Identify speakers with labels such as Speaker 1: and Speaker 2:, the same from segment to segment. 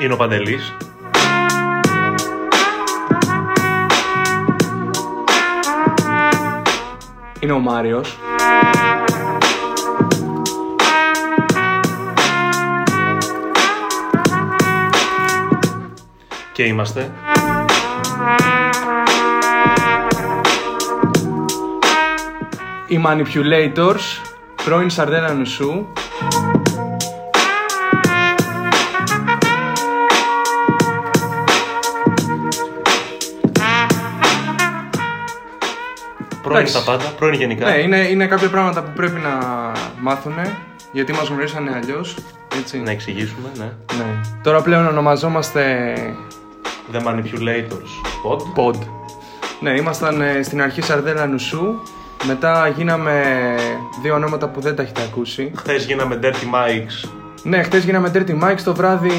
Speaker 1: Είναι ο Παντελής.
Speaker 2: Είναι ο Μάριος.
Speaker 1: Και είμαστε.
Speaker 2: Οι Manipulators. Πρώην Σαρδέλα Νουσού.
Speaker 1: Πρώην
Speaker 2: Εντάξει.
Speaker 1: στα πάντα, πρώην γενικά.
Speaker 2: Ναι, είναι, είναι κάποια πράγματα που πρέπει να μάθουνε, γιατί μας γνωρίσανε αλλιώς, έτσι.
Speaker 1: Να εξηγήσουμε, ναι.
Speaker 2: Ναι. Τώρα πλέον ονομαζόμαστε
Speaker 1: The Manipulators Pod.
Speaker 2: Pod. Ναι, ήμασταν ε, στην αρχή Σαρδέλα Νουσού, μετά γίναμε δύο ονόματα που δεν τα έχετε ακούσει.
Speaker 1: Χθες γίναμε Dirty Mikes.
Speaker 2: Ναι, χτες γίναμε Dirty Mike, το βράδυ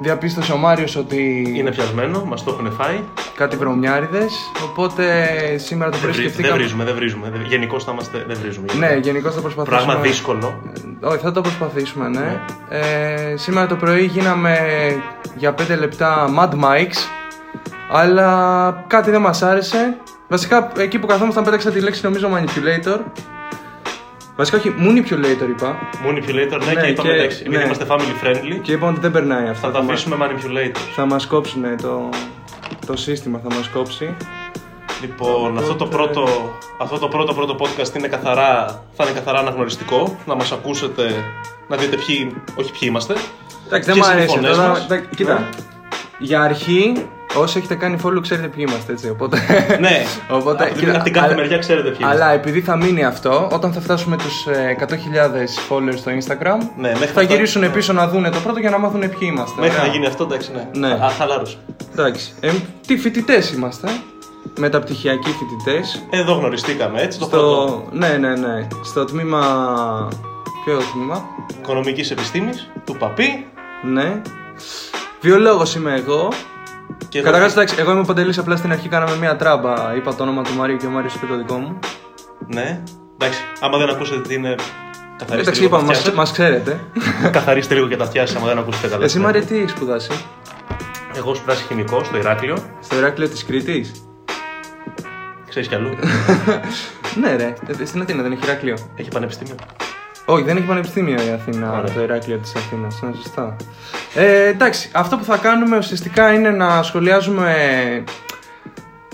Speaker 2: διαπίστωσε ο Μάριος ότι
Speaker 1: Είναι πιασμένο, μας το έχουν φάει.
Speaker 2: κάτι βρωμιάριδες, οπότε σήμερα το
Speaker 1: Δεν,
Speaker 2: πρωί
Speaker 1: βρι- δεν
Speaker 2: σκεφτήκαμε...
Speaker 1: βρίζουμε, δεν βρίζουμε. Δεν... Γενικώς θα είμαστε. Δεν βρίζουμε.
Speaker 2: Ναι, γενικώς θα προσπαθήσουμε...
Speaker 1: Πράγμα δύσκολο.
Speaker 2: Ε, Όχι, θα το προσπαθήσουμε, ναι. Ε, σήμερα το πρωί γίναμε για 5 λεπτά Mad Mikes, αλλά κάτι δεν μας άρεσε. Βασικά, εκεί που καθόμασταν πέταξα τη λέξη νομίζω manipulator. Βασικά, όχι, manipulator είπα.
Speaker 1: Manipulator, ναι,
Speaker 2: Ναι,
Speaker 1: και είπαμε
Speaker 2: και-
Speaker 1: εντάξει. Επειδή
Speaker 2: ναι.
Speaker 1: είμαστε family friendly,
Speaker 2: Και είπα ότι δεν περνάει αυτό.
Speaker 1: θα τα αφήσουμε Manipulators.
Speaker 2: Θα μας κόψουν το, το σύστημα, θα μας κόψει.
Speaker 1: Λοιπόν, αυτό το πρώτο, αυτό το πρώτο, πρώτο podcast είναι καθαρά, θα είναι καθαρά αναγνωριστικό. Να μας ακούσετε, να δείτε ποιοι, όχι ποιοι είμαστε.
Speaker 2: Εντάξει, δεν
Speaker 1: Ποιες είναι
Speaker 2: μου
Speaker 1: οι
Speaker 2: αρέσει
Speaker 1: φωνές
Speaker 2: τώρα.
Speaker 1: μας.
Speaker 2: εντάξει, Κοίτα. Για αρχή, όσοι έχετε κάνει follow ξέρετε ποιοι είμαστε, έτσι. Οπότε.
Speaker 1: Ναι,
Speaker 2: Οπότε,
Speaker 1: από, την-
Speaker 2: κοίτα,
Speaker 1: από την κάθε
Speaker 2: αλλά-
Speaker 1: μεριά ξέρετε ποιοι
Speaker 2: Αλλά επειδή θα μείνει αυτό, όταν θα φτάσουμε τους ε, 100.000 followers στο Instagram,
Speaker 1: Ναι, μέχρι να-
Speaker 2: θα γυρίσουν πίσω να δούνε το πρώτο για να μάθουν ποιοι είμαστε.
Speaker 1: είμαστε. Μέχρι να
Speaker 2: Ωραία.
Speaker 1: γίνει αυτό, εντάξει, ναι.
Speaker 2: Ναι.
Speaker 1: Α, χαλάρωσε.
Speaker 2: Εντάξει. Ε, τι φοιτητές είμαστε. Μεταπτυχιακοί φοιτητές.
Speaker 1: Εδώ γνωριστήκαμε, έτσι, το πρώτο.
Speaker 2: Στο... Ναι, ναι, ναι. Στο τμήμα. Ποιο τμήμα.
Speaker 1: Οικονομικής Επιστήμης, του Παπί.
Speaker 2: Ναι. Βιολόγος είμαι εγώ.
Speaker 1: Και εδώ-
Speaker 2: Καταρχά, εντάξει, εγώ είμαι ο Παντελής. Απλά στην αρχή κάναμε μία τράμπα. Είπα το όνομα του Μαρίου και ο Μάριος είπε το δικό μου.
Speaker 1: Ναι, εντάξει, άμα δεν ακούσετε τι είναι, καθαρίστε
Speaker 2: Εντάξει,
Speaker 1: λίγο
Speaker 2: είπα,
Speaker 1: τα αυτιά σας.
Speaker 2: μας ξέρετε.
Speaker 1: Καθαρίστε λίγο και τα αυτιά σας, άμα δεν ακούσετε καλά.
Speaker 2: Εσύ, Μαρία, τι έχεις σπουδάσει.
Speaker 1: Εγώ σπουδάζω χημικό στο Ηράκλειο.
Speaker 2: Στο Ηράκλειο της Κρήτης.
Speaker 1: Ξέρεις κι αλλού.
Speaker 2: Ναι, ρε. Ε, Στην Αθήνα δεν έχει Ηράκλειο.
Speaker 1: Έχει πανεπιστήμιο.
Speaker 2: Όχι, δεν έχει πανεπιστήμιο η Αθήνα,
Speaker 1: Ωραία.
Speaker 2: το Ηράκλειο της Αθήνας. Ναι, σωστά. Ε, εντάξει, αυτό που θα κάνουμε ουσιαστικά είναι να σχολιάζουμε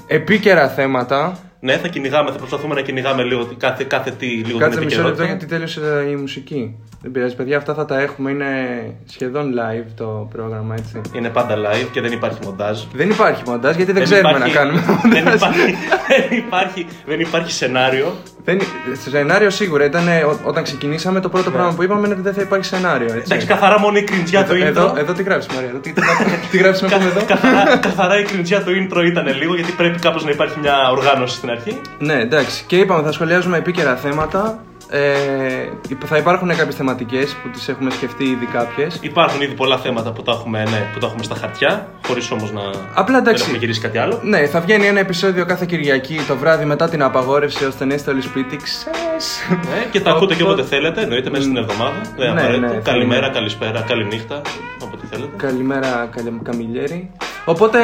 Speaker 2: επίκαιρα θέματα.
Speaker 1: Ναι, θα κυνηγάμε, θα προσπαθούμε να κυνηγάμε λίγο τι- κάθε, κάθε τι λίγο
Speaker 2: Κάτσε
Speaker 1: την
Speaker 2: μισό λεπτό
Speaker 1: επικαιρότητα.
Speaker 2: γιατί τέλειωσε η μουσική. Δεν πειράζει, παιδιά, αυτά θα τα έχουμε. Είναι σχεδόν live το πρόγραμμα, έτσι.
Speaker 1: Είναι πάντα live και δεν υπάρχει μοντάζ.
Speaker 2: Δεν υπάρχει μοντάζ γιατί δεν, ξέρουμε να κάνουμε
Speaker 1: Δεν
Speaker 2: μοντάζ.
Speaker 1: υπάρχει, δεν, υπάρχει, δεν υπάρχει σενάριο.
Speaker 2: Δεν- Στο σενάριο σίγουρα ήταν ε, ό- όταν ξεκινήσαμε το πρώτο πράγμα που είπαμε είναι ότι δεν θα υπάρχει σενάριο. Έτσι.
Speaker 1: Ναι. Εντάξει, καθαρά μόνο η κριντζιά το
Speaker 2: εδώ, εδώ,
Speaker 1: intro.
Speaker 2: εδώ τι γράφει, Μαρία. Εδώ, τι, τι, τι γράψεις να
Speaker 1: Κα-
Speaker 2: πούμε εδώ.
Speaker 1: καθαρά, καθαρά η κριντζιά το intro ήταν λίγο γιατί πρέπει κάπως να υπάρχει μια οργάνωση στην αρχή.
Speaker 2: ναι, εντάξει. Και είπαμε, θα σχολιάζουμε επίκαιρα θέματα. Ε, θα υπάρχουν κάποιες θεματικές που τις έχουμε σκεφτεί ήδη κάποιες.
Speaker 1: Υπάρχουν ήδη πολλά θέματα που τα έχουμε, ναι, που τα έχουμε στα χαρτιά, χωρίς όμως να
Speaker 2: Απλά
Speaker 1: δεν
Speaker 2: εντάξει.
Speaker 1: έχουμε γυρίσει κάτι άλλο.
Speaker 2: Ναι, θα βγαίνει ένα επεισόδιο κάθε Κυριακή το βράδυ μετά την απαγόρευση ώστε να είστε όλοι σπίτι. Ξέρεις.
Speaker 1: Ναι, και τα ακούτε και όποτε θέλετε, εννοείται μέσα στην εβδομάδα. Δεν
Speaker 2: Ναι,
Speaker 1: απαραίτητο.
Speaker 2: ναι,
Speaker 1: Καλημέρα,
Speaker 2: ναι.
Speaker 1: καλησπέρα, καληνύχτα, όποτε θέλετε.
Speaker 2: Καλημέρα, καλη... καμιλιέρη. Οπότε,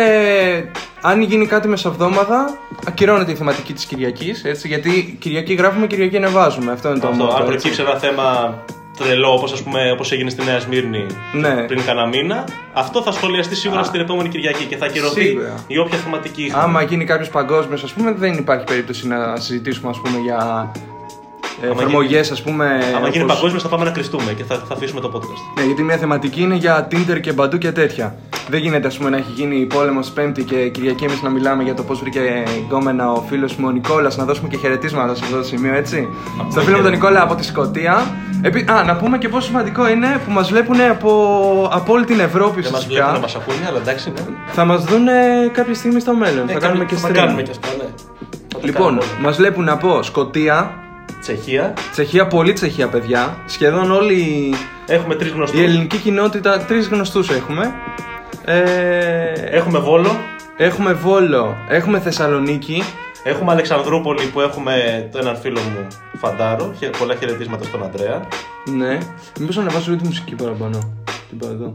Speaker 2: αν γίνει κάτι μεσοβδόμαδα, ακυρώνεται η θεματική της Κυριακής. Έτσι, γιατί Κυριακή γράφουμε, Κυριακή ανεβάζουμε. Αυτό είναι το
Speaker 1: Αυτό,
Speaker 2: μότο,
Speaker 1: αν
Speaker 2: έτσι.
Speaker 1: προκύψει ένα θέμα τρελό, όπως ας πούμε όπως έγινε στη Νέα Σμύρνη
Speaker 2: Ναι.
Speaker 1: πριν κανένα μήνα, αυτό θα σχολιαστεί σίγουρα στην επόμενη Κυριακή και θα ακυρωθεί
Speaker 2: Σίγουρα.
Speaker 1: η όποια θεματική είχαμε.
Speaker 2: Άμα γίνει κάποιος παγκόσμιος, ας πούμε, δεν υπάρχει περίπτωση να συζητήσουμε ας πούμε, για
Speaker 1: γίνει-
Speaker 2: εφαρμογέ, ας πούμε.
Speaker 1: Άμα γίνει
Speaker 2: ε, όπως-
Speaker 1: παγκόσμιος, θα πάμε να κρυστούμε και θα, θα αφήσουμε το podcast.
Speaker 2: Ναι, γιατί μια θεματική είναι για Tinder και Μπαντού και τέτοια. Δεν γίνεται, ας πούμε, να έχει γίνει πόλεμος Πέμπτη και Κυριακή εμείς να μιλάμε για το πώς βρήκε γκόμενα ο φίλος μου ο Νικόλας. Να δώσουμε και χαιρετίσματα σε αυτό το σημείο, έτσι.
Speaker 1: πούμε
Speaker 2: Στον φίλο μου τον
Speaker 1: χαιρετίσματα.
Speaker 2: Νικόλα από τη Σκωτία. Επί... Α, να πούμε και πόσο σημαντικό είναι που μας βλέπουν από... από όλη την Ευρώπη
Speaker 1: Δεν μας
Speaker 2: ουσιαστικά.
Speaker 1: βλέπουν να μας ακούνε, αλλά εντάξει, ναι.
Speaker 2: Θα μας δουν κάποια στιγμή στο μέλλον.
Speaker 1: Ε,
Speaker 2: θα κάνουμε και
Speaker 1: θα
Speaker 2: stream.
Speaker 1: κάνουμε και αυτά, ναι. Θα τα
Speaker 2: Λοιπόν,
Speaker 1: κάνουμε όλα.
Speaker 2: μας βλέπουν από Σκωτία,
Speaker 1: Τσεχία.
Speaker 2: Τσεχία, πολύ Τσεχία, παιδιά. Σχεδόν όλοι
Speaker 1: Έχουμε τρεις γνωστούς.
Speaker 2: η ελληνική κοινότητα, τρεις γνωστούς έχουμε. Ε,
Speaker 1: Έχουμε Βόλο.
Speaker 2: έχουμε Βόλο, έχουμε Θεσσαλονίκη.
Speaker 1: Έχουμε Αλεξανδρούπολη που έχουμε το έναν φίλο μου Φαντάρο. Χε- Πολλά χαιρετίσματα στον Αντρέα.
Speaker 2: Ναι. Μήπως ανεβάσω λίγο τη μουσική παραπάνω. Την πάω εδώ.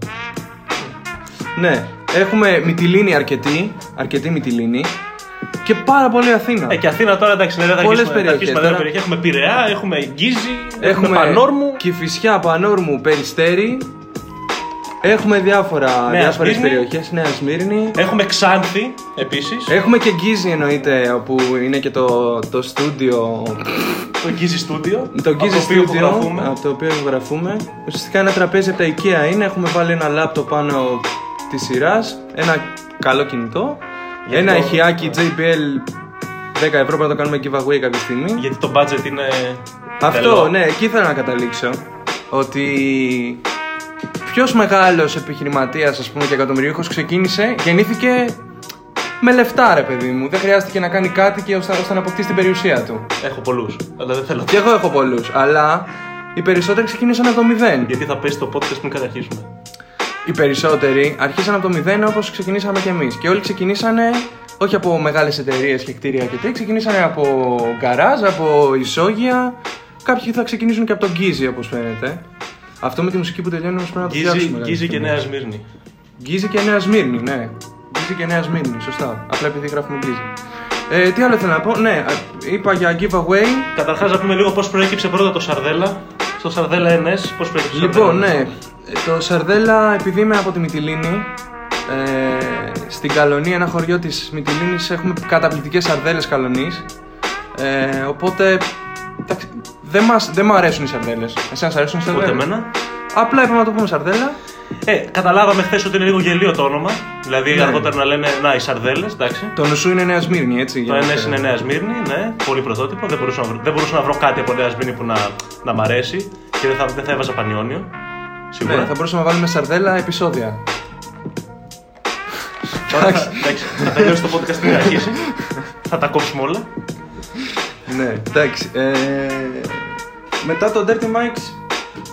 Speaker 2: Ναι. Έχουμε Μυτιλίνη αρκετή. Αρκετή Μυτιλίνη. Και πάρα πολύ Αθήνα.
Speaker 1: Ε, και Αθήνα τώρα εντάξει, ναι, δεν θα
Speaker 2: Πολλές
Speaker 1: αρχίσουμε- θα αρχίσουμε
Speaker 2: περιοχές
Speaker 1: να λέμε
Speaker 2: τώρα.
Speaker 1: Έχουμε Πειραιά, έχουμε Γκίζη, έχουμε, Πανόρμου.
Speaker 2: Κηφισιά, Πανόρμου, Περιστέρι. Έχουμε διάφορα,
Speaker 1: Νέα
Speaker 2: διάφορες
Speaker 1: Σμύρνη.
Speaker 2: περιοχές. Νέα Σμύρνη.
Speaker 1: Έχουμε Ξάνθη επίσης.
Speaker 2: Έχουμε και Γκίζι εννοείται, όπου είναι και το, το στούντιο,
Speaker 1: Το Γκίζη Studio.
Speaker 2: το
Speaker 1: από
Speaker 2: Γκίζι
Speaker 1: το οποίο
Speaker 2: στούντιο,
Speaker 1: φωτογραφούμε.
Speaker 2: από το οποίο γραφούμε. Ουσιαστικά ένα τραπέζι από τα IKEA είναι, έχουμε βάλει ένα λάπτοπ πάνω της σειράς, ένα καλό κινητό,
Speaker 1: Γιατί
Speaker 2: ένα
Speaker 1: το-
Speaker 2: ηχιάκι JBL 10 ευρώ πρέπει να το κάνουμε giveaway κάποια στιγμή.
Speaker 1: Γιατί το budget είναι.
Speaker 2: Αυτό,
Speaker 1: τρελό.
Speaker 2: ναι, εκεί ήθελα να καταλήξω. Ότι ποιος μεγάλος επιχειρηματίας, ας πούμε, και εκατομμυρίουχο ξεκίνησε, γεννήθηκε με λεφτά, ρε παιδί μου. Δεν χρειάστηκε να κάνει κάτι και ώστε, ώστε να αποκτήσει την περιουσία του.
Speaker 1: Έχω πολλούς. Αλλά δεν θέλω.
Speaker 2: Και εγώ έχω πολλούς, αλλά οι περισσότεροι ξεκίνησαν από το μηδέν.
Speaker 1: Γιατί θα πέσει το podcast πριν καταρχήσουμε.
Speaker 2: Οι περισσότεροι αρχίσαν από το μηδέν όπως ξεκινήσαμε κι εμείς. Και όλοι ξεκινήσανε όχι από μεγάλες εταιρείες και κτίρια και τέτοια, ξεκινήσανε από γκαράζ, από ισόγεια. Κάποιοι θα ξεκινήσουν και από τον Γκίζι, όπως φαίνεται. Αυτό με τη μουσική που τελειώνει όμως πρέπει να το
Speaker 1: Γκίζη,
Speaker 2: φτιάξουμε. δηλαδή,
Speaker 1: Γκίζη και Νέα Σμύρνη.
Speaker 2: Γκίζι και Νέα Σμύρνη, ναι. Γκίζι και Νέα Σμύρνη, σωστά. Απλά επειδή γράφουμε Γκίζι. Ε, τι άλλο θέλω να πω, ναι, α, είπα για giveaway.
Speaker 1: Καταρχάς να πούμε λίγο πώς προέκυψε πρώτα το Σαρδέλα. Στο Σαρδέλα NS, πώς προέκυψε. το
Speaker 2: Λοιπόν,
Speaker 1: Σαρδέλα NS?
Speaker 2: ναι. Το Σαρδέλα, επειδή είμαι από τη Μυτιλίνη, ε, στην Καλονή, ένα χωριό της Μυτιλίνης, έχουμε καταπληκτικές σαρδέλες Καλονής. Ε, οπότε, εντάξει, δεν μας, δεν μου αρέσουν οι σαρδέλες. Εσένα σ' αρέσουν οι σαρδέλες.
Speaker 1: Ούτε εμένα.
Speaker 2: Απλά είπαμε να το πούμε σαρδέλα.
Speaker 1: Ε, καταλάβαμε χθες ότι είναι λίγο γελίο το όνομα. Δηλαδή
Speaker 2: Ναι.
Speaker 1: αργότερα να λένε Να, οι Σαρδέλες, εντάξει.
Speaker 2: Το νουσού είναι Νέα Σμύρνη, έτσι.
Speaker 1: Το
Speaker 2: για να
Speaker 1: NS
Speaker 2: ξέρω.
Speaker 1: είναι Νέα Σμύρνη, ναι, πολύ πρωτότυπο. Δεν μπορούσα να βρω, δεν μπορούσα να βρω κάτι από Νέα Σμύρνη που να, να μ' αρέσει και δεν θα, δεν θα έβαζα πανιόνιο. Σίγουρα.
Speaker 2: Ναι, θα μπορούσαμε να βάλουμε σαρδέλα επεισόδια.
Speaker 1: Τώρα, εντάξει, θα τελειώσει το podcast στην αρχίσει. θα τα κόψουμε όλα.
Speaker 2: ναι, εντάξει. Ε, μετά το Dirty Mikes.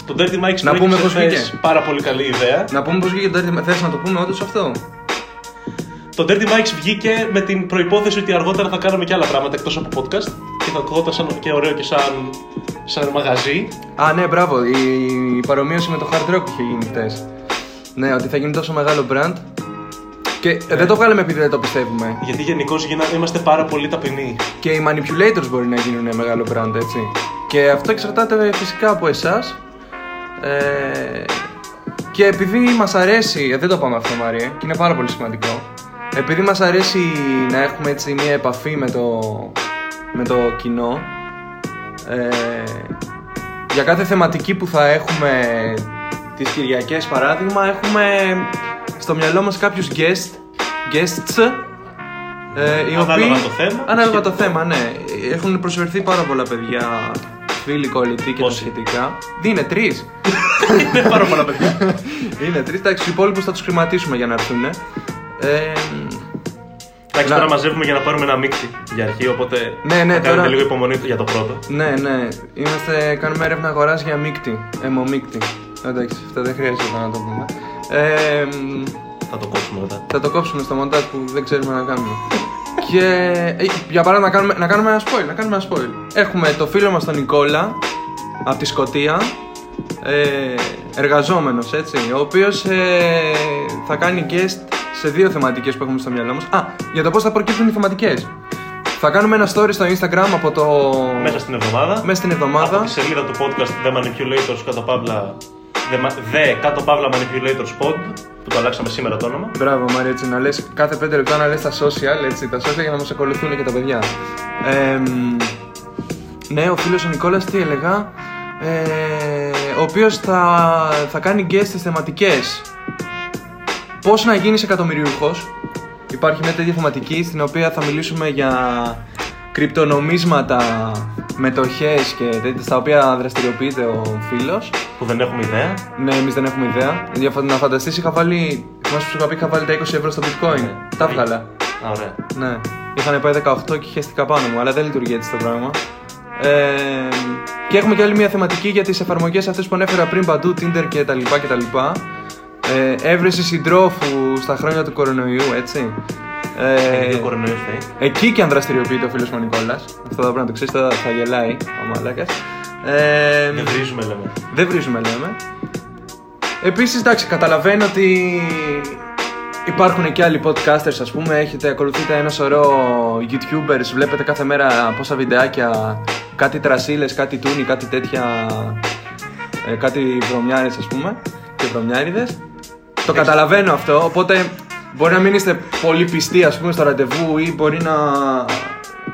Speaker 1: Το Dirty Mike's
Speaker 2: Να
Speaker 1: Break
Speaker 2: πούμε
Speaker 1: σε
Speaker 2: πώς
Speaker 1: χθες,
Speaker 2: βγήκε.
Speaker 1: Πάρα πολύ καλή ιδέα.
Speaker 2: Να πούμε πώς βγήκε το Dirty Mikes. Θες να το πούμε όντως αυτό.
Speaker 1: Το Dirty Mike's βγήκε με την προπόθεση ότι αργότερα θα κάναμε και άλλα πράγματα εκτός από podcast και θα ακουγόταν σαν- και ωραίο και σαν, σαν μαγαζί.
Speaker 2: Α, ναι, μπράβο. Η, η παρομοίωση με το hard rock που είχε γίνει χτες. Ναι, ότι θα γίνει τόσο μεγάλο brand. Και ε, δεν το βγάλαμε επειδή δεν το πιστεύουμε.
Speaker 1: Γιατί γενικώς είμαστε πάρα πολύ ταπεινοί.
Speaker 2: Και οι manipulators μπορεί να γίνουν ένα μεγάλο brand, έτσι. Και αυτό εξαρτάται φυσικά από εσάς. Ε, και επειδή μας αρέσει. ε, δεν το πάμε αυτό, Μαρία, και είναι πάρα πολύ σημαντικό. Επειδή μας αρέσει να έχουμε έτσι μια επαφή με το, με το κοινό. Ε, για κάθε θεματική που θα έχουμε τις Κυριακές παράδειγμα έχουμε στο μυαλό μας κάποιους guest, guests ε, οι
Speaker 1: Ανάλογα
Speaker 2: οποίοι,
Speaker 1: το θέμα.
Speaker 2: Ανάλογα το θέμα, ναι. Έχουν προσφερθεί πάρα πολλά παιδιά, φίλοι, κολλητοί και τα
Speaker 1: Πόσοι?
Speaker 2: σχετικά. Τι Είναι τρεις.
Speaker 1: είναι πάρα πολλά παιδιά.
Speaker 2: είναι τρεις. Εντάξει, τους υπόλοιπους θα τους χρηματίσουμε για να έρθουν. Ε,
Speaker 1: Εντάξει,
Speaker 2: Να-
Speaker 1: τώρα μαζεύουμε για να πάρουμε ένα μίξι για αρχή, οπότε
Speaker 2: Ναι, ναι,
Speaker 1: θα κάνετε
Speaker 2: τώρα-
Speaker 1: λίγο υπομονή για το πρώτο.
Speaker 2: ναι, ναι. Είμαστε, κάνουμε έρευνα αγοράς για μίκτη. Αιμομίκτη. Εντάξει, αυτό δεν χρειάζεται να το πούμε. Ε,
Speaker 1: Θα το κόψουμε μετά.
Speaker 2: Θα το κόψουμε στο μοντάζ που δεν ξέρουμε να κάνουμε. και ε, για παράδειγμα, να κάνουμε, να κάνουμε ένα spoil. Να κάνουμε ένα spoil. Έχουμε το φίλο μας τον Νικόλα από τη Σκωτία. Ε, εργαζόμενος έτσι, ο οποίος ε, θα κάνει guest σε δύο θεματικές που έχουμε στο μυαλό μας Α, για το πώς θα προκύψουν οι θεματικές Θα κάνουμε ένα story στο instagram από το...
Speaker 1: Μέσα στην εβδομάδα.
Speaker 2: μέσα στην
Speaker 1: Από
Speaker 2: εβδομάδα
Speaker 1: τη σελίδα του podcast The Manipulators κατά παύλα. The, Ma- The κάτω παύλα Manipulators Pod που το αλλάξαμε σήμερα το όνομα.
Speaker 2: Μπράβο Μαρία, έτσι να λες κάθε 5 λεπτά να λες τα social, έτσι, τα social για να μας ακολουθούν και τα παιδιά. Εμ, ναι, ο φίλος ο Νικόλας, τι έλεγα, ε, ο οποίος θα, θα κάνει guest στις θεματικές. Πώς να γίνεις εκατομμυριούχος. Υπάρχει μια τέτοια θεματική στην οποία θα μιλήσουμε για κρυπτονομίσματα, μετοχές και τέτοια στα οποία δραστηριοποιείται ο φίλος.
Speaker 1: Που δεν έχουμε ιδέα.
Speaker 2: Ναι, εμείς δεν έχουμε ιδέα. Για φα- να φανταστείς, είχα βάλει. Θυμάσαι που σου είχα πει, είχα βάλει τα 20 ευρώ στο bitcoin. Τα
Speaker 1: Ναι.
Speaker 2: βγάλα.
Speaker 1: Α, Ωραία.
Speaker 2: Ναι. Είχαν πάει 18 και χαίστηκα πάνω μου, αλλά δεν λειτουργεί έτσι το πράγμα. Ε, και έχουμε και άλλη μια θεματική για τις εφαρμογές αυτές που ανέφερα πριν, παντού, Tinder κτλ. κτλ. Ε, έβρεση συντρόφου στα χρόνια του κορονοϊού, έτσι.
Speaker 1: Ε,
Speaker 2: Ε,
Speaker 1: δύο κορονοϊού φταίει.
Speaker 2: Εκεί και αν δραστηριοποιείται ο φίλος μου ο Νικόλας. Αυτό θα πρέπει να το ξέρεις, θα, θα γελάει ο μαλάκας. Ε,
Speaker 1: Δεν βρίζουμε λέμε.
Speaker 2: δεν βρίζουμε, λέμε. Επίσης, εντάξει, καταλαβαίνω ότι Υπάρχουν και άλλοι podcasters, ας πούμε. Έχετε, ακολουθείτε ένα σωρό YouTubers. Βλέπετε κάθε μέρα πόσα βιντεάκια, κάτι τρασίλες, κάτι τούνι, κάτι τέτοια. ε, κάτι βρωμιάρες, ας πούμε. Και βρωμιάριδες. Το καταλαβαίνω αυτό. Οπότε μπορεί να μην είστε πολύ πιστοί, ας πούμε, στο ραντεβού ή μπορεί να,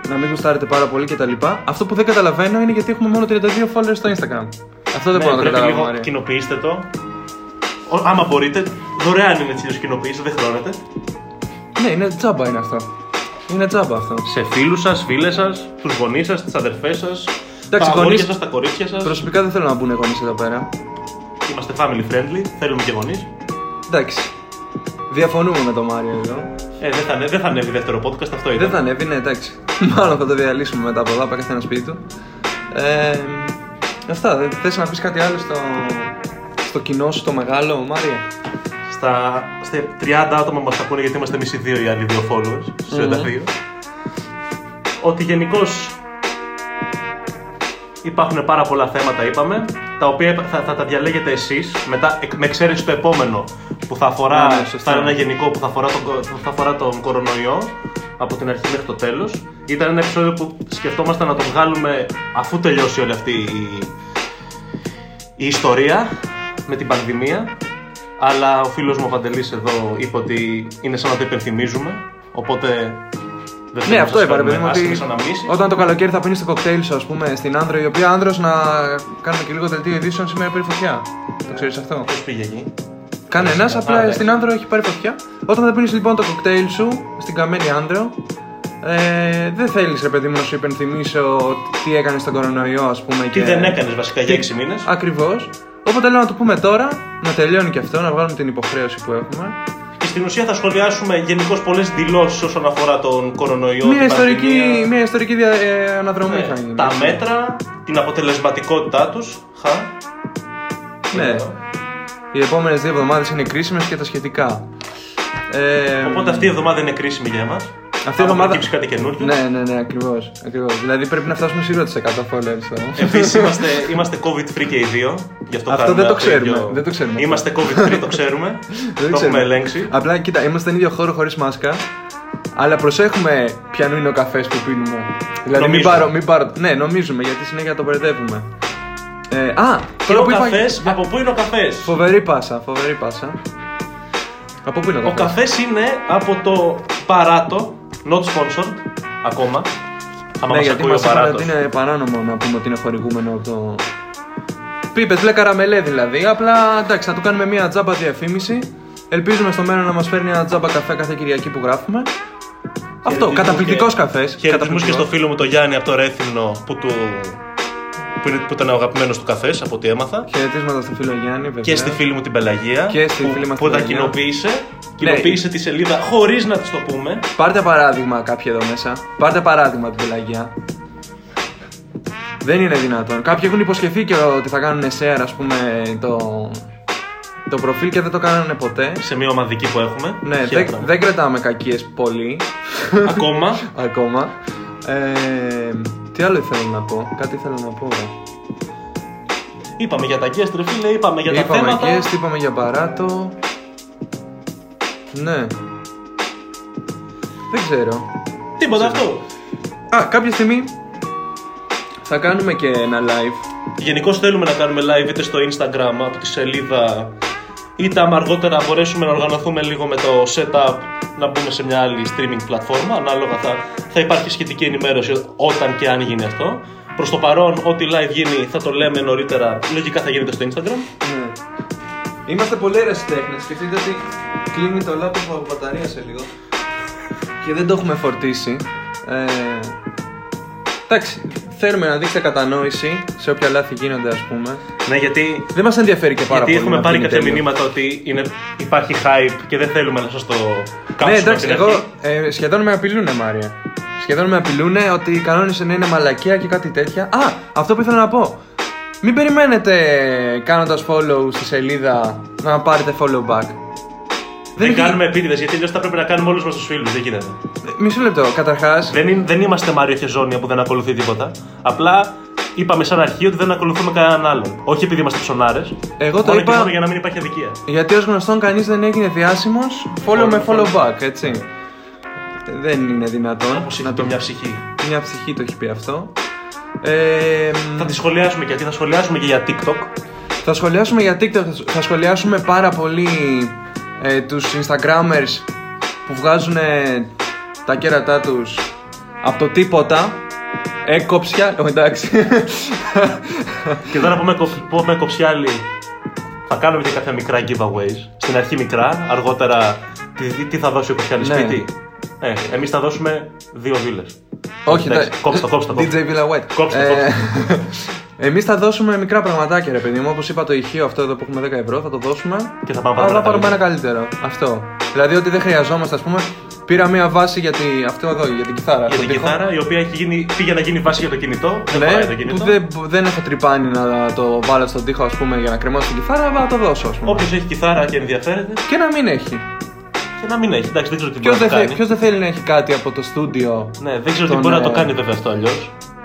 Speaker 2: να μην γουστάρετε πάρα πολύ κτλ. Αυτό που δεν καταλαβαίνω είναι γιατί έχουμε μόνο 32 followers στο Instagram. Αυτό
Speaker 1: Ναι,
Speaker 2: δεν μπορώ να το
Speaker 1: πρέπει
Speaker 2: καταλάβω.
Speaker 1: λίγο,
Speaker 2: Μάρια.
Speaker 1: κοινοποιήστε το. Ο- άμα μπορείτε, δωρεάν είναι έτσι κοινοποίηση, δεν χρώνετε.
Speaker 2: Ναι, είναι τζάμπα είναι αυτό. Είναι τζάμπα αυτό.
Speaker 1: Σε φίλους σας, φίλες σας, τους γονείς σας, τις αδερφές σας. Τα
Speaker 2: γονείς-
Speaker 1: αγόρια σας, τα κορίτσια σας.
Speaker 2: Προσωπικά δεν θέλω να μπουν γονείς εδώ πέρα.
Speaker 1: Είμαστε family friendly, θέλουμε και γονείς.
Speaker 2: Εντάξει. Διαφωνούμε με τον Μάριο εδώ.
Speaker 1: Ε, δεν θα, ανέ- δεν θα ανέβει δεύτερο podcast, αυτό ήταν.
Speaker 2: Δεν θα ανέβει, ναι, εντάξει. Μάλλον θα το διαλύσουμε μετά από εδώ, πάει καθένα σπίτι του. Ε, αυτά. Δε- Θες να πεις κάτι άλλο στο, στο κοινό σου, το μεγάλο, Μάριο.
Speaker 1: Στα, στα 30 άτομα μας ακούνε γιατί είμαστε εμείς οι δύο οι άλλοι δύο followers, στους 32. Ότι γενικώς υπάρχουν πάρα πολλά θέματα, είπαμε, τα οποία θα, θα τα διαλέγετε εσείς, μετά, εκ- με εξαίρεση το επόμενο που θα αφορά,
Speaker 2: Ναι, ναι, σωστά.
Speaker 1: θα είναι ένα γενικό που θα αφορά, τον, κο- θα αφορά τον κορονοϊό, από την αρχή μέχρι το τέλος. Ήταν ένα επεισόδιο που σκεφτόμασταν να το βγάλουμε αφού τελειώσει όλη αυτή η, η ιστορία με την πανδημία. Αλλά ο φίλος μου ο Παντελής εδώ είπε ότι είναι σαν να το υπενθυμίζουμε. Οπότε δεν
Speaker 2: Ναι, αυτό είπα, ρε παιδί μου.
Speaker 1: Ότι...
Speaker 2: Ότι όταν το καλοκαίρι θα πίνει το κοκτέιλ σου, ας πούμε, στην άνδρο, η οποία άνδρο να κάνουμε και λίγο δελτίο ειδήσεων σήμερα πήρε φωτιά. Το ξέρεις αυτό.
Speaker 1: Ποιος πήγε εκεί.
Speaker 2: Κανένας,
Speaker 1: Α,
Speaker 2: απλά
Speaker 1: εντάξει.
Speaker 2: στην άνδρο έχει πάρει φωτιά. Όταν θα πίνεις λοιπόν το κοκτέιλ σου στην καμένη άνδρο, ε, δεν θέλεις ρε παιδί μου να σου υπενθυμίσω τι έκανες στον κορονοϊό, ας πούμε.
Speaker 1: Ε, Τι δεν έκανες βασικά για 6 μήνες.
Speaker 2: Ακριβώς. Οπότε λέω να το πούμε τώρα, να τελειώνει και αυτό, να βγάλουμε την υποχρέωση που έχουμε.
Speaker 1: Και στην ουσία θα σχολιάσουμε γενικώς πολλές δηλώσεις όσον αφορά τον κορονοϊό.
Speaker 2: Μια
Speaker 1: την
Speaker 2: ιστορική,
Speaker 1: πανδημία,
Speaker 2: μια ιστορική δια- ε, αναδρομή
Speaker 1: ναι,
Speaker 2: θα γίνει.
Speaker 1: τα μέτρα, την αποτελεσματικότητά τους. Χα.
Speaker 2: Ναι. Οι επόμενες δύο εβδομάδες είναι κρίσιμες και τα σχετικά. Ε,
Speaker 1: Οπότε αυτή η εβδομάδα είναι κρίσιμη για εμάς. Αυτή
Speaker 2: η εβδομάδα-
Speaker 1: κάτι καινούργιο.
Speaker 2: Ναι, ναι, ναι, ακριβώς. Ακριβώς. Δηλαδή πρέπει να φτάσουμε σίγουρα του 100 followers. θα-
Speaker 1: Επίση είμαστε, είμαστε COVID free και οι δύο. Γι αυτό
Speaker 2: Αυτό
Speaker 1: κάνουμε
Speaker 2: δεν το
Speaker 1: αυτό
Speaker 2: ξέρουμε,
Speaker 1: ίδιο.
Speaker 2: δεν το ξέρουμε.
Speaker 1: Είμαστε COVID free, το ξέρουμε.
Speaker 2: Δεν
Speaker 1: το έχουμε
Speaker 2: ξέρουμε.
Speaker 1: ελέγξει.
Speaker 2: Απλά κοίτα, είμαστε στον ίδιο χώρο χωρίς μάσκα. Αλλά προσέχουμε ποιανού είναι ο καφές που πίνουμε. Δηλαδή μην
Speaker 1: Νομίζουμε.
Speaker 2: πάρω, μην πάρω. Ναι, νομίζουμε γιατί συνέχεια το μπερδεύουμε. Ε, α,
Speaker 1: Και
Speaker 2: τώρα
Speaker 1: ο
Speaker 2: που είπα.
Speaker 1: καφές, από πού είναι ο καφές.
Speaker 2: Φοβερή πάσα, φοβερή πάσα. Από πού είναι
Speaker 1: Ο
Speaker 2: ο καφές.
Speaker 1: καφές είναι από το παράτο, not sponsored ακόμα. Άμα
Speaker 2: Ναι,
Speaker 1: μας
Speaker 2: γιατί
Speaker 1: ακούει
Speaker 2: μα
Speaker 1: ο
Speaker 2: είπαν
Speaker 1: παράτο.
Speaker 2: ότι είναι παράνομο να πούμε ότι είναι χορηγούμενο από το. Πίπες, μπλε καραμελέ δηλαδή. Απλά εντάξει, θα του κάνουμε μια τζάμπα διαφήμιση. Ελπίζουμε στο μέλλον να μας φέρνει ένα τζάμπα καφέ κάθε Κυριακή που γράφουμε. Αυτό, καταπληκτικό καφές.
Speaker 1: Χαιρετισμού και στο φίλο μου το Γιάννη από το Ρέθινο που, του, που, είναι, που ήταν ο αγαπημένος του καφές από ό,τι έμαθα.
Speaker 2: Χαιρετίσματα στο φίλο Γιάννη, βέβαια.
Speaker 1: Και στη φίλη μου την Πελαγία.
Speaker 2: Ναι. Και στη
Speaker 1: που,
Speaker 2: φίλη μας
Speaker 1: που
Speaker 2: την
Speaker 1: τα
Speaker 2: Πελαγία. Ναι.
Speaker 1: κοινοποίησε. Κοινοποίησε τη σελίδα χωρίς να της το πούμε.
Speaker 2: Πάρτε παράδειγμα κάποιοι εδώ μέσα. Πάρτε παράδειγμα την πελαγία. Δεν είναι δυνατόν. Κάποιοι έχουν υποσχεθεί και ότι θα κάνουν share, ας πούμε, το, το προφίλ και δεν το κάνανε ποτέ.
Speaker 1: σε μια ομαδική που έχουμε.
Speaker 2: Ναι, δεν,
Speaker 1: Χαίρετο.
Speaker 2: δεν κρατάμε κακίες πολύ
Speaker 1: Ακόμα.
Speaker 2: ακόμα. Ε, τι άλλο ήθελα να πω, κάτι ήθελα να πω. ε. ρε.
Speaker 1: Είπαμε για τα guest, ρε φίλε, είπαμε για τα
Speaker 2: είπαμε
Speaker 1: θέματα.
Speaker 2: guest, είπαμε για παράτο. Ναι. Δεν ξέρω.
Speaker 1: Τίποτα αυτό.
Speaker 2: Α, κάποια στιγμή θα κάνουμε και ένα live.
Speaker 1: Γενικώς θέλουμε να κάνουμε live είτε στο Instagram από τη σελίδα είτε άμα αργότερα μπορέσουμε να οργανωθούμε λίγο με το setup να μπούμε σε μια άλλη streaming πλατφόρμα ανάλογα θα, θα υπάρχει σχετική ενημέρωση όταν και αν γίνει αυτό προς το παρόν ό,τι live γίνει θα το λέμε νωρίτερα λογικά θα γίνεται στο Instagram
Speaker 2: Ναι. Είμαστε πολλοί ερασιτέχνες. Σκεφτείτε ότι κλείνει το λάπτοπ από μπαταρία σε λίγο. Και δεν το έχουμε φορτίσει. Ε, εντάξει, θέλουμε να δείξετε κατανόηση σε όποια λάθη γίνονται, ας πούμε.
Speaker 1: Ναι γιατί
Speaker 2: Δεν μας ενδιαφέρει και πάρα
Speaker 1: γιατί
Speaker 2: πολύ.
Speaker 1: έχουμε
Speaker 2: να
Speaker 1: πάρει
Speaker 2: γίνει
Speaker 1: κάποια
Speaker 2: τέλειο.
Speaker 1: μηνύματα ότι είναι, υπάρχει hype και δεν θέλουμε να σας το κάψουμε από
Speaker 2: Ναι, εντάξει,
Speaker 1: την
Speaker 2: εγώ
Speaker 1: αρχή.
Speaker 2: ε, σχεδόν με απειλούνε, Μάρια. Σχεδόν με απειλούνε ότι οι κανόνες να είναι μαλακία και κάτι τέτοια. Α, αυτό που ήθελα να πω. Μην περιμένετε κάνοντας follow στη σελίδα να πάρετε follow back.
Speaker 1: Δεν,
Speaker 2: έχει-
Speaker 1: Ε, κάνουμε επίτηδες γιατί αλλιώς θα πρέπει να κάνουμε όλους μας τους φίλους. Δεν γίνεται.
Speaker 2: Μισό λεπτό. Καταρχάς,
Speaker 1: Ναι. Δεν, είναι- δεν είμαστε Μάριο Χεζόνια που δεν ακολουθεί τίποτα. Απλά είπαμε σαν αρχή ότι δεν ακολουθούμε κανέναν άλλον. Όχι επειδή είμαστε ψωνάρες.
Speaker 2: Εγώ το είπα-
Speaker 1: για να μην υπάρχει αδικία.
Speaker 2: Γιατί ως γνωστόν κανείς δεν έγινε διάσημος. Follow με follow back, έτσι. Δεν είναι δυνατόν.
Speaker 1: Όπως
Speaker 2: να
Speaker 1: είναι
Speaker 2: το
Speaker 1: το μια ψυχή.
Speaker 2: Μια ψυχή το έχει πει αυτό. Ε,
Speaker 1: Θα τη σχολιάσουμε γιατί θα σχολιάσουμε και για TikTok.
Speaker 2: Θα σχολιάσουμε για TikTok, θα σχολιάσουμε πάρα πολύ ε, τους Instagrammers που βγάζουν ε, τα κέρατά τους από το τίποτα. Έκοψια, ε, εντάξει.
Speaker 1: Και τώρα που με, κο- που με κοψιάλη θα κάνουμε και κάποια μικρά giveaways. Στην αρχή μικρά, αργότερα τι, τι θα δώσει ο κοψιάλη
Speaker 2: Ναι.
Speaker 1: σπίτι. Ε, Εμείς θα δώσουμε δύο βίλες.
Speaker 2: Όχι, τα...
Speaker 1: Κόψτε, κόψτε.
Speaker 2: DJ Villa White.
Speaker 1: Κόψτε, κόψτε.
Speaker 2: Εμείς θα δώσουμε μικρά πραγματάκια, ρε παιδί μου. Όπως είπα, το ηχείο αυτό εδώ που έχουμε 10 ευρώ θα το δώσουμε.
Speaker 1: Και θα πάμε
Speaker 2: Αλλά θα
Speaker 1: παρακάτω.
Speaker 2: πάρουμε ένα καλύτερο. Αυτό. Δηλαδή ότι δεν χρειαζόμαστε, ας πούμε. Πήρα μία βάση για, τη... αυτό εδώ, για την κιθάρα.
Speaker 1: Για
Speaker 2: τον
Speaker 1: την
Speaker 2: τοίχο.
Speaker 1: κιθάρα, η οποία έχει γίνει, πήγε να γίνει βάση για το κινητό. Δεν
Speaker 2: Ναι,
Speaker 1: πάει το
Speaker 2: που
Speaker 1: κινητό.
Speaker 2: δεν, που δεν έχω τρυπάνει να το βάλω στον τοίχο ας πούμε, για να κρεμάσω την κιθάρα, αλλά να το δώσω. Ας πούμε.
Speaker 1: Όποιος έχει κιθάρα και ενδιαφέρεται,
Speaker 2: Και να μην έχει.
Speaker 1: και να μην έχει. Εντάξει, δεν ξέρω τι
Speaker 2: Ποιος
Speaker 1: μπορεί να
Speaker 2: δεν, θε-
Speaker 1: κάνει.
Speaker 2: ποιος δεν θέλει να έχει κάτι από το στούντιο.
Speaker 1: Ναι, δεν ξέρω τι
Speaker 2: Τον,
Speaker 1: μπορεί να
Speaker 2: ε,
Speaker 1: το κάνει βέβαια αυτό αλλιώ.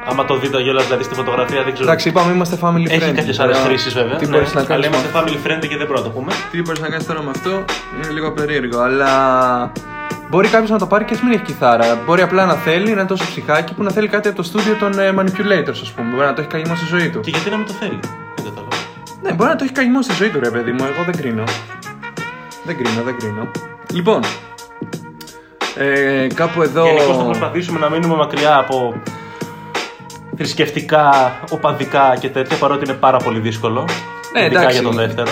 Speaker 1: Άμα το δείτε όλα, δηλαδή στη φωτογραφία, δεν ξέρω.
Speaker 2: Εντάξει, είπαμε είμαστε family friends.
Speaker 1: έχει κάποιες άλλε
Speaker 2: τώρα.
Speaker 1: χρήσει βέβαια.
Speaker 2: Τι
Speaker 1: ναι,
Speaker 2: μπορείς να
Speaker 1: αλλά
Speaker 2: κάνεις
Speaker 1: είμαστε
Speaker 2: με-
Speaker 1: family friendly και δεν μπορούμε να το πούμε.
Speaker 2: Τι μπορείς να κάνεις τώρα με αυτό, είναι λίγο περίεργο. Αλλά μπορεί κάποιος να το πάρει και ας μην έχει κιθάρα. Μπορεί απλά να θέλει, να είναι τόσο ψυχάκι που να θέλει κάτι από το στούντιο των ε, manipulators, ας πούμε. Μπορεί να το έχει καγημό στη ζωή του.
Speaker 1: Και γιατί να μην το θέλει. Δεν κατάλαβα.
Speaker 2: Ναι, μπορεί να το έχει καημό στη ζωή του, ρε παιδί μου. Εγώ δεν κρίνω. Δεν κρίνω, δεν κρίνω. Λοιπόν, ε, κάπου εδώ.
Speaker 1: Γενικώς θα προσπαθήσουμε να μείνουμε μακριά από θρησκευτικά, οπαδικά και τέτοια, παρότι είναι πάρα πολύ δύσκολο.
Speaker 2: Ναι,
Speaker 1: ειδικά
Speaker 2: εντάξει.
Speaker 1: για τον δεύτερο.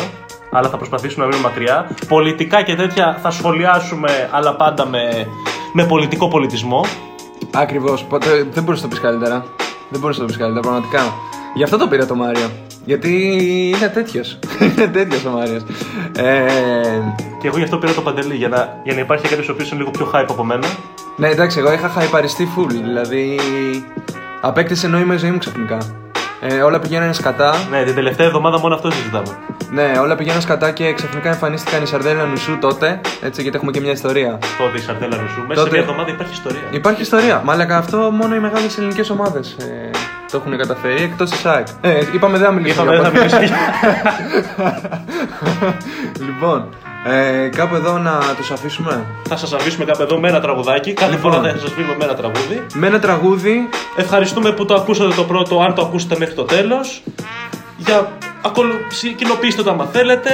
Speaker 1: Αλλά θα προσπαθήσουμε να μείνουμε μακριά. Πολιτικά και τέτοια θα σχολιάσουμε, αλλά πάντα με, με πολιτικό πολιτισμό.
Speaker 2: Ακριβώς. Δεν μπορείς να το πεις καλύτερα. Δεν μπορείς να το πεις καλύτερα, πραγματικά. Γι' αυτό το πήρα το Μάριο. Γιατί είναι τέτοιος. είναι τέτοιος ο Μάριος. Ε,
Speaker 1: Και εγώ γι' αυτό πήρα το παντελή, για να, για να υπάρχει κάποιος ο οποίος είναι λίγο πιο hype από μένα.
Speaker 2: ναι, εντάξει, εγώ είχα χαϊπαριστεί full. Δηλαδή. Απέκτησε νόημα η ζωή μου ξαφνικά. Ε, όλα πηγαίνανε σκατά.
Speaker 1: Ναι, την τελευταία εβδομάδα μόνο αυτό συζητάμε.
Speaker 2: Ναι, όλα πηγαίνουν σκατά και ξαφνικά εμφανίστηκαν οι Σαρδέλα Νουσού τότε. Έτσι, γιατί έχουμε και μια ιστορία.
Speaker 1: Τότε η Σαρτέλα Ρουσού. Μέσα σε
Speaker 2: Τότε-
Speaker 1: μια εβδομάδα υπάρχει ιστορία.
Speaker 2: Υπάρχει ιστορία. Μάλακα αυτό μόνο οι μεγάλες ελληνικές ομάδες ε, το έχουν καταφέρει εκτός της ΑΕΚ. Ε, είπαμε δεν θα μιλήσουμε.
Speaker 1: Είπαμε δεν θα
Speaker 2: για
Speaker 1: μιλήσουμε.
Speaker 2: λοιπόν, ε, κάπου εδώ να τους αφήσουμε.
Speaker 1: θα σας αφήσουμε κάπου εδώ με ένα τραγουδάκι. Κάθε
Speaker 2: Λοιπόν.
Speaker 1: φορά θα σας αφήσουμε με ένα τραγούδι.
Speaker 2: Με ένα τραγούδι.
Speaker 1: Ευχαριστούμε που το ακούσατε το πρώτο, αν το ακούσατε μέχρι το τέλος. Για... ακολου- συ- Κοινοποιήστε το άμα θέλετε.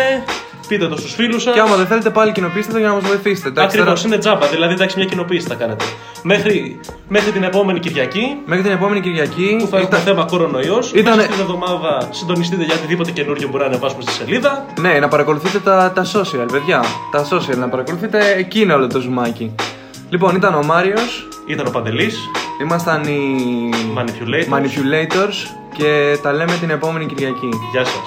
Speaker 1: Πείτε το στους φίλους σας.
Speaker 2: Και άμα δεν θέλετε, πάλι κοινοποιήστε το για να μας βοηθήσετε. Εντάξει,
Speaker 1: Ακριβώς
Speaker 2: τώρα-
Speaker 1: είναι τζάμπα, δηλαδή εντάξει μια κοινοποίηση θα κάνετε. Μέχρι, μέχρι την επόμενη Κυριακή
Speaker 2: Μέχρι την επόμενη Κυριακή.
Speaker 1: που θα έχουμε
Speaker 2: Ήταν-
Speaker 1: θέμα κορονοϊός.
Speaker 2: Ήτανε-
Speaker 1: Μέσα στην εβδομάδα συντονιστείτε για οτιδήποτε καινούργιο μπορεί να ανεβάσουμε στη σελίδα.
Speaker 2: Ναι, να παρακολουθείτε τα, τα social, παιδιά. Τα social, να παρακολουθείτε εκείνο όλο το ζουμάκι. Λοιπόν, ήταν ο Μάριος.
Speaker 1: Ήταν ο Παντελής.
Speaker 2: Ήμασταν οι
Speaker 1: Manipulators.
Speaker 2: Manipulators και τα λέμε την επόμενη Κυριακή.
Speaker 1: Γεια σας.